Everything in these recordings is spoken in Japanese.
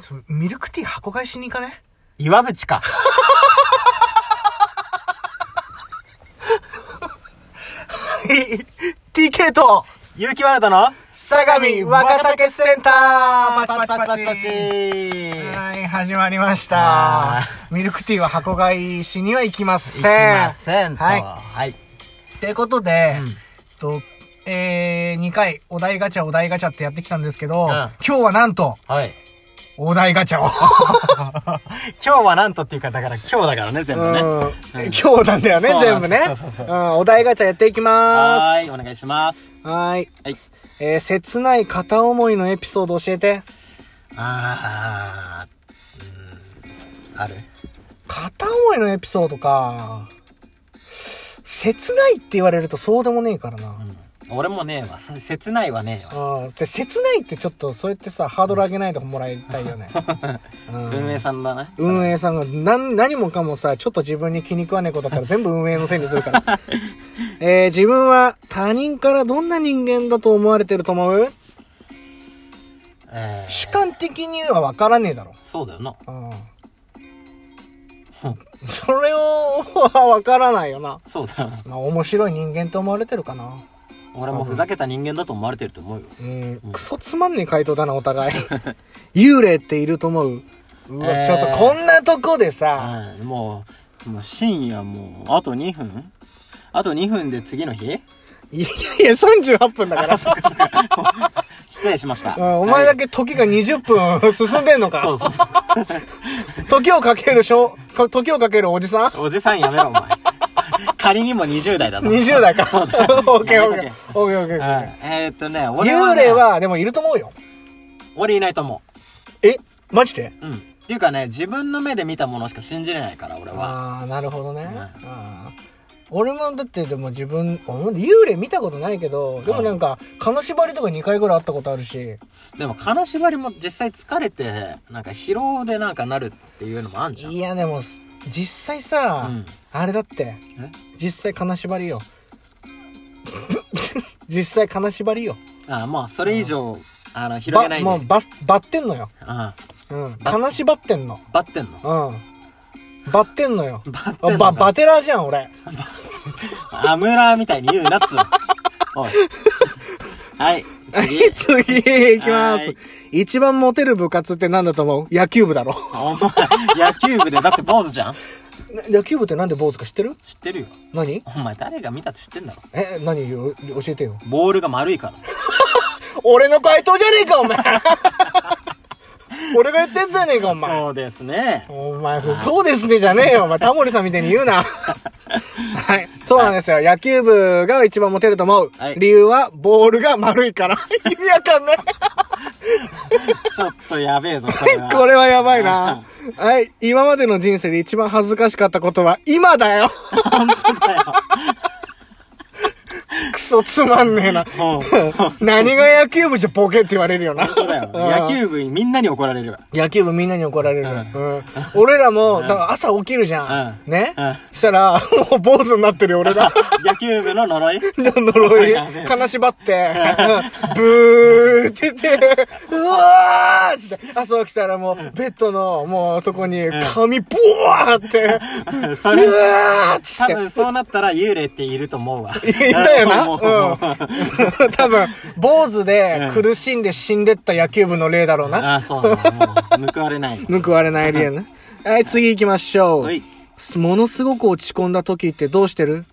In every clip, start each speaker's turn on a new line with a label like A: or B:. A: ちょミルクティー箱買いしに行かね
B: 岩淵か。
A: ?TK と
B: 結城原田の
A: 相模若竹センター
B: パチパチパチパチ。
A: はい、始まりまし
B: は
A: た。ミルクティーは箱買いしには行きません。
B: いきませんと。
A: は
B: はい。
A: い。ということで、えっと、えー、2回、お題ガチャ、お題ガチャってやってきたんですけど、
B: ん
A: 今日はなんと、
B: はい。
A: お題ガチャを。
B: 今日はなんとっていうか、だから今日だからね、全部ね。
A: うん今日なんだよね
B: そ、うな
A: 全
B: ん
A: 部
B: だ
A: ね。
B: そうそうそう
A: うんお題ガチャやっていきま
B: はーい、お願いします。
A: す。はーい。
B: はい。
A: えー、切ない片思いのエピソード教えて。
B: あー、うん、ある
A: 片思いのエピソードか。切ないって言われるとそうでもねえからな。
B: 俺もねえわ。そ切ないはねえわ。
A: あーで切ないってちょっと、そうやってさ、ハードル上げないでもらいたいよね。
B: 運営さんだな。
A: 運営さんが何何もかもさちょっと自分に気に食わねえことだから全部運営のせいにするから えー、自分は他人からどんな人間だと思われてると思う
B: えー
A: 主観的には分からねえだろ
B: そうだよな。
A: うんそれをは分からないよな
B: そうだよな。
A: まあ面白い人間と思われてるかな
B: 俺もふざけた人間だと思われてると思うよ。
A: うんクソつまんねえ回答だなお 互い幽霊っていると思ううわ、
B: えー
A: ちょっとこんなとこでさ、
B: はい、もう、もう深夜もう、あと2分あと2分で次の日
A: いやいや38分だからさ、
B: 失礼しました。
A: うんお前だけ時が20分進んでんのか
B: そうそうそ
A: 時をかける小、か時をかけるおじさん
B: う。おじさんやめろ、お前。 仮にも20代だぞ。
A: ?20 代か。
B: そうだよ。
A: オッケーオッケ
B: やめ
A: ー
B: と。
A: オッケーオッケ
B: け
A: ーオ
B: うん
A: ッケ
B: えーっとね、
A: ー。
B: 俺は
A: 幽
B: ね、
A: 霊は、でもいると思うよ。
B: 俺いないと思
A: えマジで
B: う。うん。っていうかね、自分の目で見たものしか信じれないから、俺は。
A: ああ、なるほどね。
B: ん
A: あー俺もだってでも自分、俺も幽霊見たことないけど、でもなんか、金縛りとか2回ぐらいあったことあるし、
B: でも、金縛りも実際疲れて、なんか疲労でなんかなるっていうのもあんじゃん。
A: いやでも、実際さ、
B: うん
A: あれだって、
B: え
A: 実際金縛りよ。 実際金縛りよ。
B: ああ、もうそれ以上、あの、広げないで。
A: ばもうば、ばってんのよ。
B: ああ、
A: うん。金縛ってんの。
B: バッてんの
A: うん。バッテンのよ。
B: バッてん
A: あ
B: の
A: ババテラーじゃん、俺。
B: アムラーみたいに言うなっつうのおい。はい。次。
A: 次、いきま
B: は
A: す
B: ー。
A: 一番モテる部活って何だと思う野球部だろ。
B: お前、野球部でだって坊主じゃん知
A: な野球部ってなんで坊主か知ってる
B: ってるよ。
A: 何
B: お前誰が見たって知ってんだろ。
A: え、何よ教えてよ。
B: ボールが丸いから。
A: 俺の回答じゃねえか、お 前俺が言ってんじゃねえか、お前。
B: そうですね。
A: お前、そうですね、じゃねえよ。お前、タモリさんみたいに言うな。はい。そうなんですよ。野球部が一番モテると思う。
B: はい
A: 理由は、ボールが丸いから。 意味わかんない。
B: ちょっとやべえぞ、これは。
A: これはやばいな。はい。今までの人生で一番恥ずかしかったことは、今だよ。
B: 本当だよ。
A: クソつまんねえな。何が野球部じゃボケって言われるよな。
B: そうだよ。野球部にみんなに怒られるわ。
A: 野球部みんなに怒られる。うん。俺らも、だから朝起きるじゃん。
B: うん
A: ね、
B: うん
A: したら、もう坊主になってるよ、俺ら。
B: 野球部の呪い
A: の呪い、金縛って、ブーって言って、うわーっつって、朝起きたらもう、ベッドの、もう、とこに、髪、ブワー って、
B: そうれ、
A: わーっつっ
B: 多
A: て。
B: 分そうなったら幽霊っていると思うわ。
A: いたよな。
B: もう
A: うん。多分、坊主で苦しんで死んでった野球部の例だろうな。
B: ああ、そうだな。もう報われないの。
A: 報われない理由ね。はい、次行きましょう
B: はい。
A: ものすごく落ち込んだ時ってどうしてる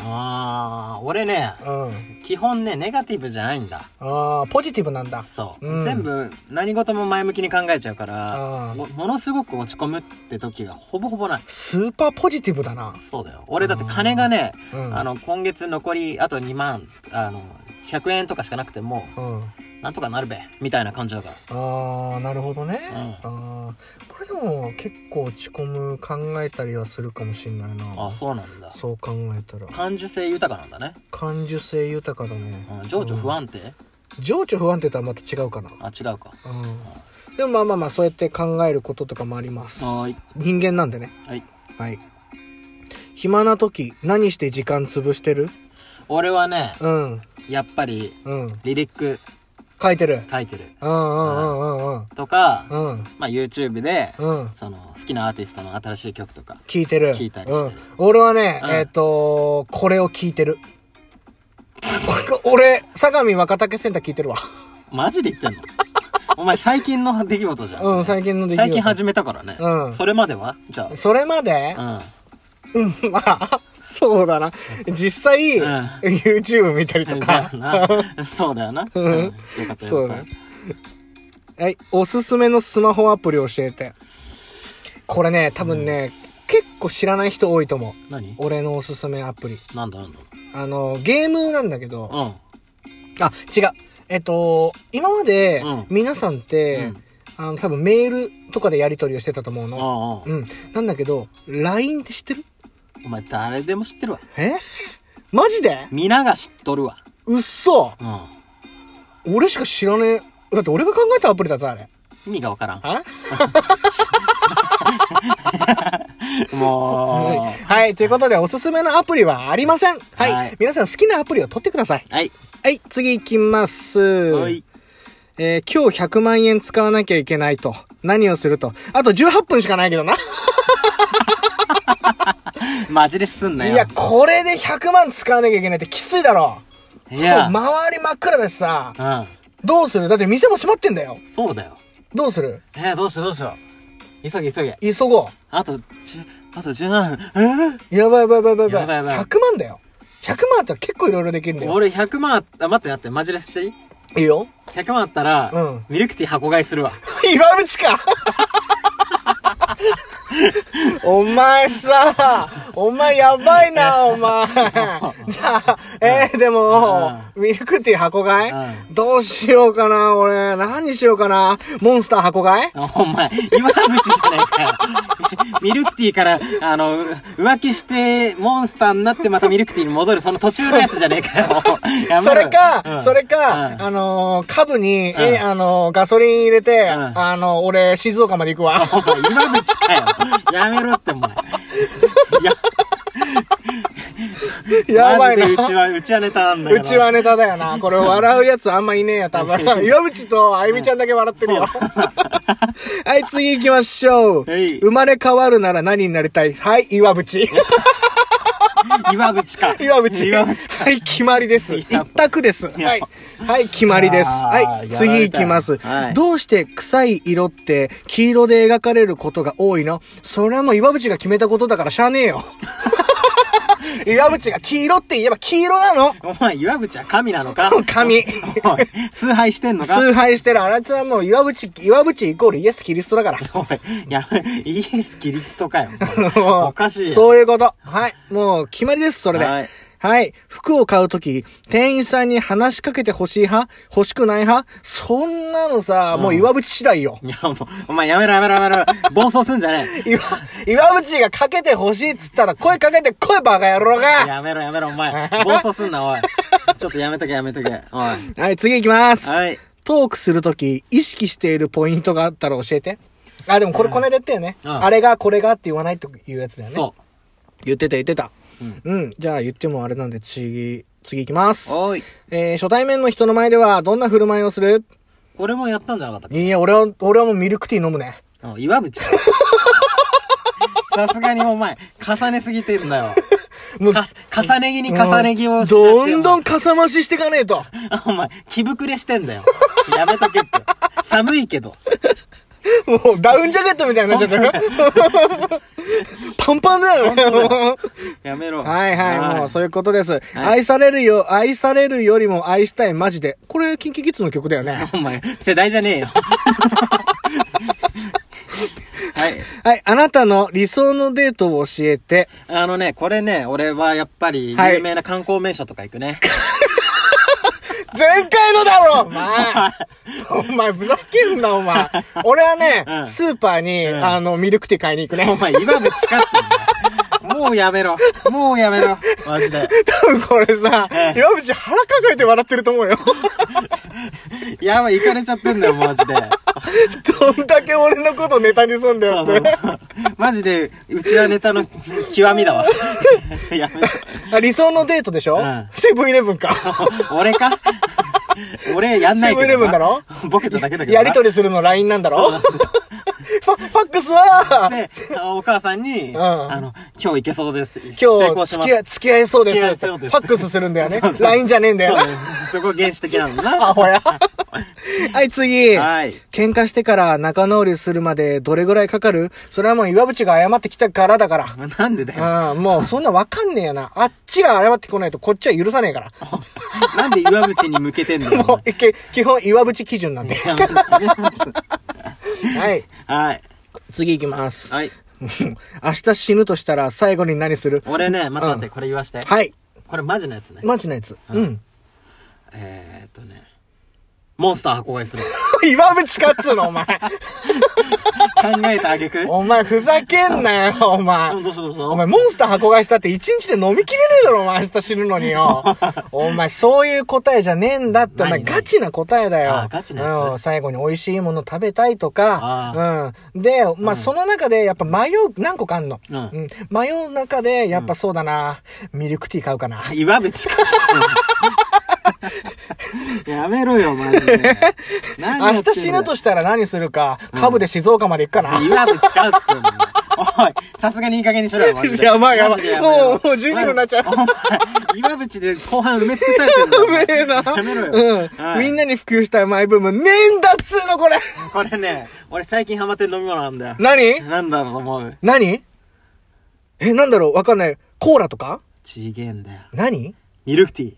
B: ああ、俺ね、
A: うん。
B: 基本ね、ネガティブじゃないんだ。
A: ああ、ポジティブなんだ。
B: そう、
A: うん
B: 全部何事も前向きに考えちゃうから
A: あー
B: もものすごく落ち込むって時がほぼほぼない
A: スーパーポジティブだな。
B: そうだよ俺だって金がねあ、
A: うん
B: の今月残りあと2万あの100円とかしかなくても
A: うん。
B: なんとかなるべみたいな感じだから
A: ああなるほどね、
B: うん
A: ああこれでも結構落ち込む考えたりはするかもしれないな
B: あそうなんだ
A: そう考えたら
B: 感受性豊かなんだね、
A: 感受性豊かだね、
B: うん、情緒不安定、
A: 情緒不安定とはまた違うかな
B: あ違うか
A: うんでもまあまあまあそうやって考えることとかもあります
B: はーい
A: 人間なんでね
B: はい
A: はい暇な時何して時間潰してる
B: 俺はね
A: うん
B: やっぱり
A: うん
B: リリック
A: 書いてる。
B: 書いてる。
A: うんうんうんうんうん。
B: とか、
A: うん
B: まあ YouTube で、
A: うん
B: その好きなアーティストの新しい曲とか。
A: 聞いてる。
B: 聞いたり
A: う
B: し
A: ん
B: てる。
A: 俺はね、
B: うん
A: えっ、とこれを聞いてる。 俺、相模若竹センター聞いてるわ。
B: マジで言ってん のお前最近の出来事じゃん。
A: うん、最近の出来
B: 最
A: 事。
B: 近始めたからね。
A: うん
B: それまではじゃ
A: それまで
B: あ。
A: うん、 まあ、そうだな。実際、
B: うん
A: YouTube 見たり
B: う
A: と
B: ん。
A: か
B: だ。よな。そうだよな。うんよかった
A: そ
B: よ
A: う
B: かっ
A: ね。はい、おすすめのスマホアプリ教えて。これね、多分ね、結構知らない人多いと思う。
B: た。何
A: 俺のおすすめアプリ。
B: なんだなんだ
A: あの、ゲームなんだけど、
B: うん。
A: あ、違う。えっと、今まで
B: うん
A: 皆さんって、あの、多分メールとかでやり取りをしてたと思うの。
B: うんう
A: うん。なんだけど、LINE って知ってる
B: ん。お前誰でも知ってるわ。
A: えマジで
B: 皆が知っとるわ。
A: うっそ
B: うん。
A: 俺しか知らねえ。だって俺が考えたアプリだぞ、あれ。
B: 意味がわからん。
A: あ
B: も
A: はい。ということで、おすすめのアプリはありません。はい。
B: はい
A: 皆さん好きなアプリを取ってください。
B: う。はい。
A: はい、次行きます。
B: はい。
A: えー今日100万円使わなきゃいけないと。何をすると。あと18分しかないけどな。
B: マジですんないよ。
A: や、これで100万使わなきゃいけないってきついだろ。
B: いや
A: もう周り真っ暗だしさ。
B: う
A: どうするだって店も閉まってんだよ
B: ん。。そうだよ。
A: どうする
B: えー、どうしようどうしよう。急げ急げ。
A: 急ご
B: あと、じゅ、あと17分。
A: う。やばいやばいやばいやばい。
B: やばいやばい
A: 100万だよ。100万あったら結構いろいろできるん
B: え
A: だ
B: ー
A: よ。
B: 俺100万あった、あ待って待って、マジレスしていい
A: いいよ。
B: ?100 万あったら、
A: うん
B: ミルクティー箱買いするわ。
A: 岩渕かお前さ、お前やばい な、お前。じゃあ、えー、でも、ミルクティー箱買い、
B: う
A: どうしようかな、俺。何しようかな。モンスター箱買い
B: お前、今口じゃないかよ。 ミルクティーから、あの、う浮気して、モンスターになってまたミルクティーに戻る、その途中のやつじゃねえ かよ。やめろよ
A: それか、
B: うん
A: それか、
B: うん
A: あのー、カブに、
B: ん
A: え、あのー、ガソリン入れて、
B: ん
A: あのー、俺、静岡まで行くわ。
B: お前、今口かよ。やめろって、お前。いや、
A: やばいな。
B: マジでうちは、うちはネタなんだから。
A: うちはネタだよな。これ笑うやつあんまいねえ よ、多分。岩渕とあゆみちゃんだけ笑ってるよ。 はい、次行きましょう。
B: はい
A: 生まれ変わるなら何になりたいはい、岩渕。
B: 岩口か。
A: 岩渕。
B: 岩渕か。
A: はい、決まりです。一択です。
B: や
A: はい。はい、決まりです。
B: あー
A: はい、
B: やられた
A: 次行きます、
B: はい
A: どうして臭い色って黄色で描かれることが多いのそれはもう岩渕が決めたことだからしゃあねえ よ。岩渕が黄色って言えば黄色なの
B: お前、岩口は神なのか
A: 神。
B: おい崇拝してんのか
A: 崇拝してるあいつはもう岩渕、岩渕イコールイエス・キリストだから。
B: おい、やめ、イエス・キリス トかよ。
A: もう
B: おかしいよ。
A: そういうこと。はい。もう決まりです、それで。は
B: はいい。
A: 服を買うとき、店員さんに話しかけて欲しい派欲しくない派そんなのさ、もう岩渕次第よ。
B: いや、もう、お前やめろやめろやめろ。暴走すんじゃね
A: 岩、岩渕がかけて欲しいっつったら声かけて来いバカ野郎
B: え。
A: が
B: やめろやめろ、お前。暴走すんな、おい。ちょっとやめとけやめとけ。おい。
A: はい、次行きます。
B: はい。
A: トークするとき、意識しているポイントがあったら教えて。あ、でもこれこの間言ったよね。
B: うん
A: あれが、これがって言わないというやつだよね。
B: そ
A: 言ってた言ってた。う
B: うんん。
A: じゃあ言ってもあれなんで次、次行きます
B: う。。おい。
A: えー、初対面の人の前ではどんな振る舞いをする
B: これもやったんじゃなかったっ
A: いや、俺は、俺はもうミルクティー飲むね。
B: けうん岩渕。さすがにお前、重ねすぎてんだよ。
A: もう
B: か重ね着に重ね着をしちゃって
A: どんど
B: ん
A: んかさ増ししてかねえ と。
B: お前、着膨れしてんだよ。やめとけって。寒いけど。
A: もうダウンジャケットみたいになっちゃったよ。 パンパンだよ。
B: やめろ。
A: はいはい、もうそういうことです。
B: はい
A: 愛されるよ、愛されるよりも愛したいマジで。これ、キンキキッズの曲だよね。
B: お前、世代じゃ ねえよ。はい。
A: はい、あなたの理想のデートを教えて。
B: あのね、これね、俺はやっぱり
A: はい
B: 有名な観光名所とか行くね。
A: 前回のだろお前お前、ふざけんな、お前。俺はね、
B: うん
A: スーパーに、あの、ミルクティー買いに行く
B: お
A: ね。
B: 前、岩渕かってんだよもうやめろ。もうやめろ。マジで。
A: 多分これさ、岩渕腹抱えて笑ってると思う よ。
B: やばい、行かれちゃってんだよ、マジで。
A: どんだけ俺のことネタにすんだよ
B: そう
A: って
B: そうそうマジで、うちはネタの極みだわ。 やめろ。
A: あ理想のデートでしょ、
B: うん
A: セブンイレブンか。
B: 俺か俺やんないけどな。
A: セブンイレブンだろ
B: ボケただけだけどな。
A: やりとりするの LINE なんだろファファックスは、
B: で、お母さんに、
A: ん
B: あの、今日いけそうです。成
A: 今
B: 功
A: 日
B: し
A: 付
B: ま
A: き合い、
B: す。
A: 付き合えそうです。
B: 付き合え
A: フ
B: そうで
A: ァ
B: す
A: ックスするんだよね
B: そう。そう
A: LINE じゃねえんだよ
B: そう
A: な。
B: ね。そこ原始的なんだ
A: ア
B: な。
A: ホや。はい、次。
B: はい
A: 喧嘩してから仲直りするまでどれぐらいかかるそれはもう岩渕が謝ってきたからだから。
B: なんでだ
A: う
B: よ。
A: ん、もうそんなわかんねえよな。あっちが謝ってこないとこっちは許さねえから。
B: なんで岩渕に向けてんだ
A: も
B: よ。
A: う、け基本岩渕基準なんで。はい。
B: はい。
A: 次行きます。
B: はい。
A: 明日死ぬとしたら最後に何する
B: 俺ね、また待って、これ言わして。
A: はい。
B: これマジのやつね。
A: マジなやつ。うん。
B: えーっとね。モンスター箱買いする。
A: 岩渕かっつうの、お前。
B: 考えた挙句
A: お前、ふざけんなよ、お前
B: うん。どうしたどうした
A: お前、モンスター箱買いしたって一日で飲みきれねえだろ、お前、明日死ぬのに よ。お前、そういう答えじゃねえんだって、お前、
B: 何何
A: ガチな答えだよ。
B: あガチなやつ
A: うん、最後に美味しいもの食べたいとか
B: あ、
A: うん。で、まあ、その中で、やっぱ迷う、何個かあんの。
B: うん
A: ん。迷う中で、やっぱそうだな、ミルクティー買うかな。
B: 岩 渕か。やめろよ、マ ジで。何や
A: 明
B: ってんだよ
A: 日死ぬとしたら何するか、株で静岡まで行くかな。
B: 岩渕かっつうの。おい、さすがにいい加減にしろよ、マジ で。
A: やばいやばい
B: マジでめろよ
A: もうもう12分になっちゃう
B: お前岩渕で後半埋め尽くされてるんだよ。
A: うめえな。
B: やめろよ。
A: うん、
B: はい
A: みんなに普及したいマイブーム、ねえんだっつうの、これ。
B: これね、俺最近ハマってる飲み物なんだよ。
A: 何
B: なんだろうと思う。
A: 何え、なんだろうわかんない。コーラとか
B: ちげえんだよ。
A: 何
B: ミルクティー。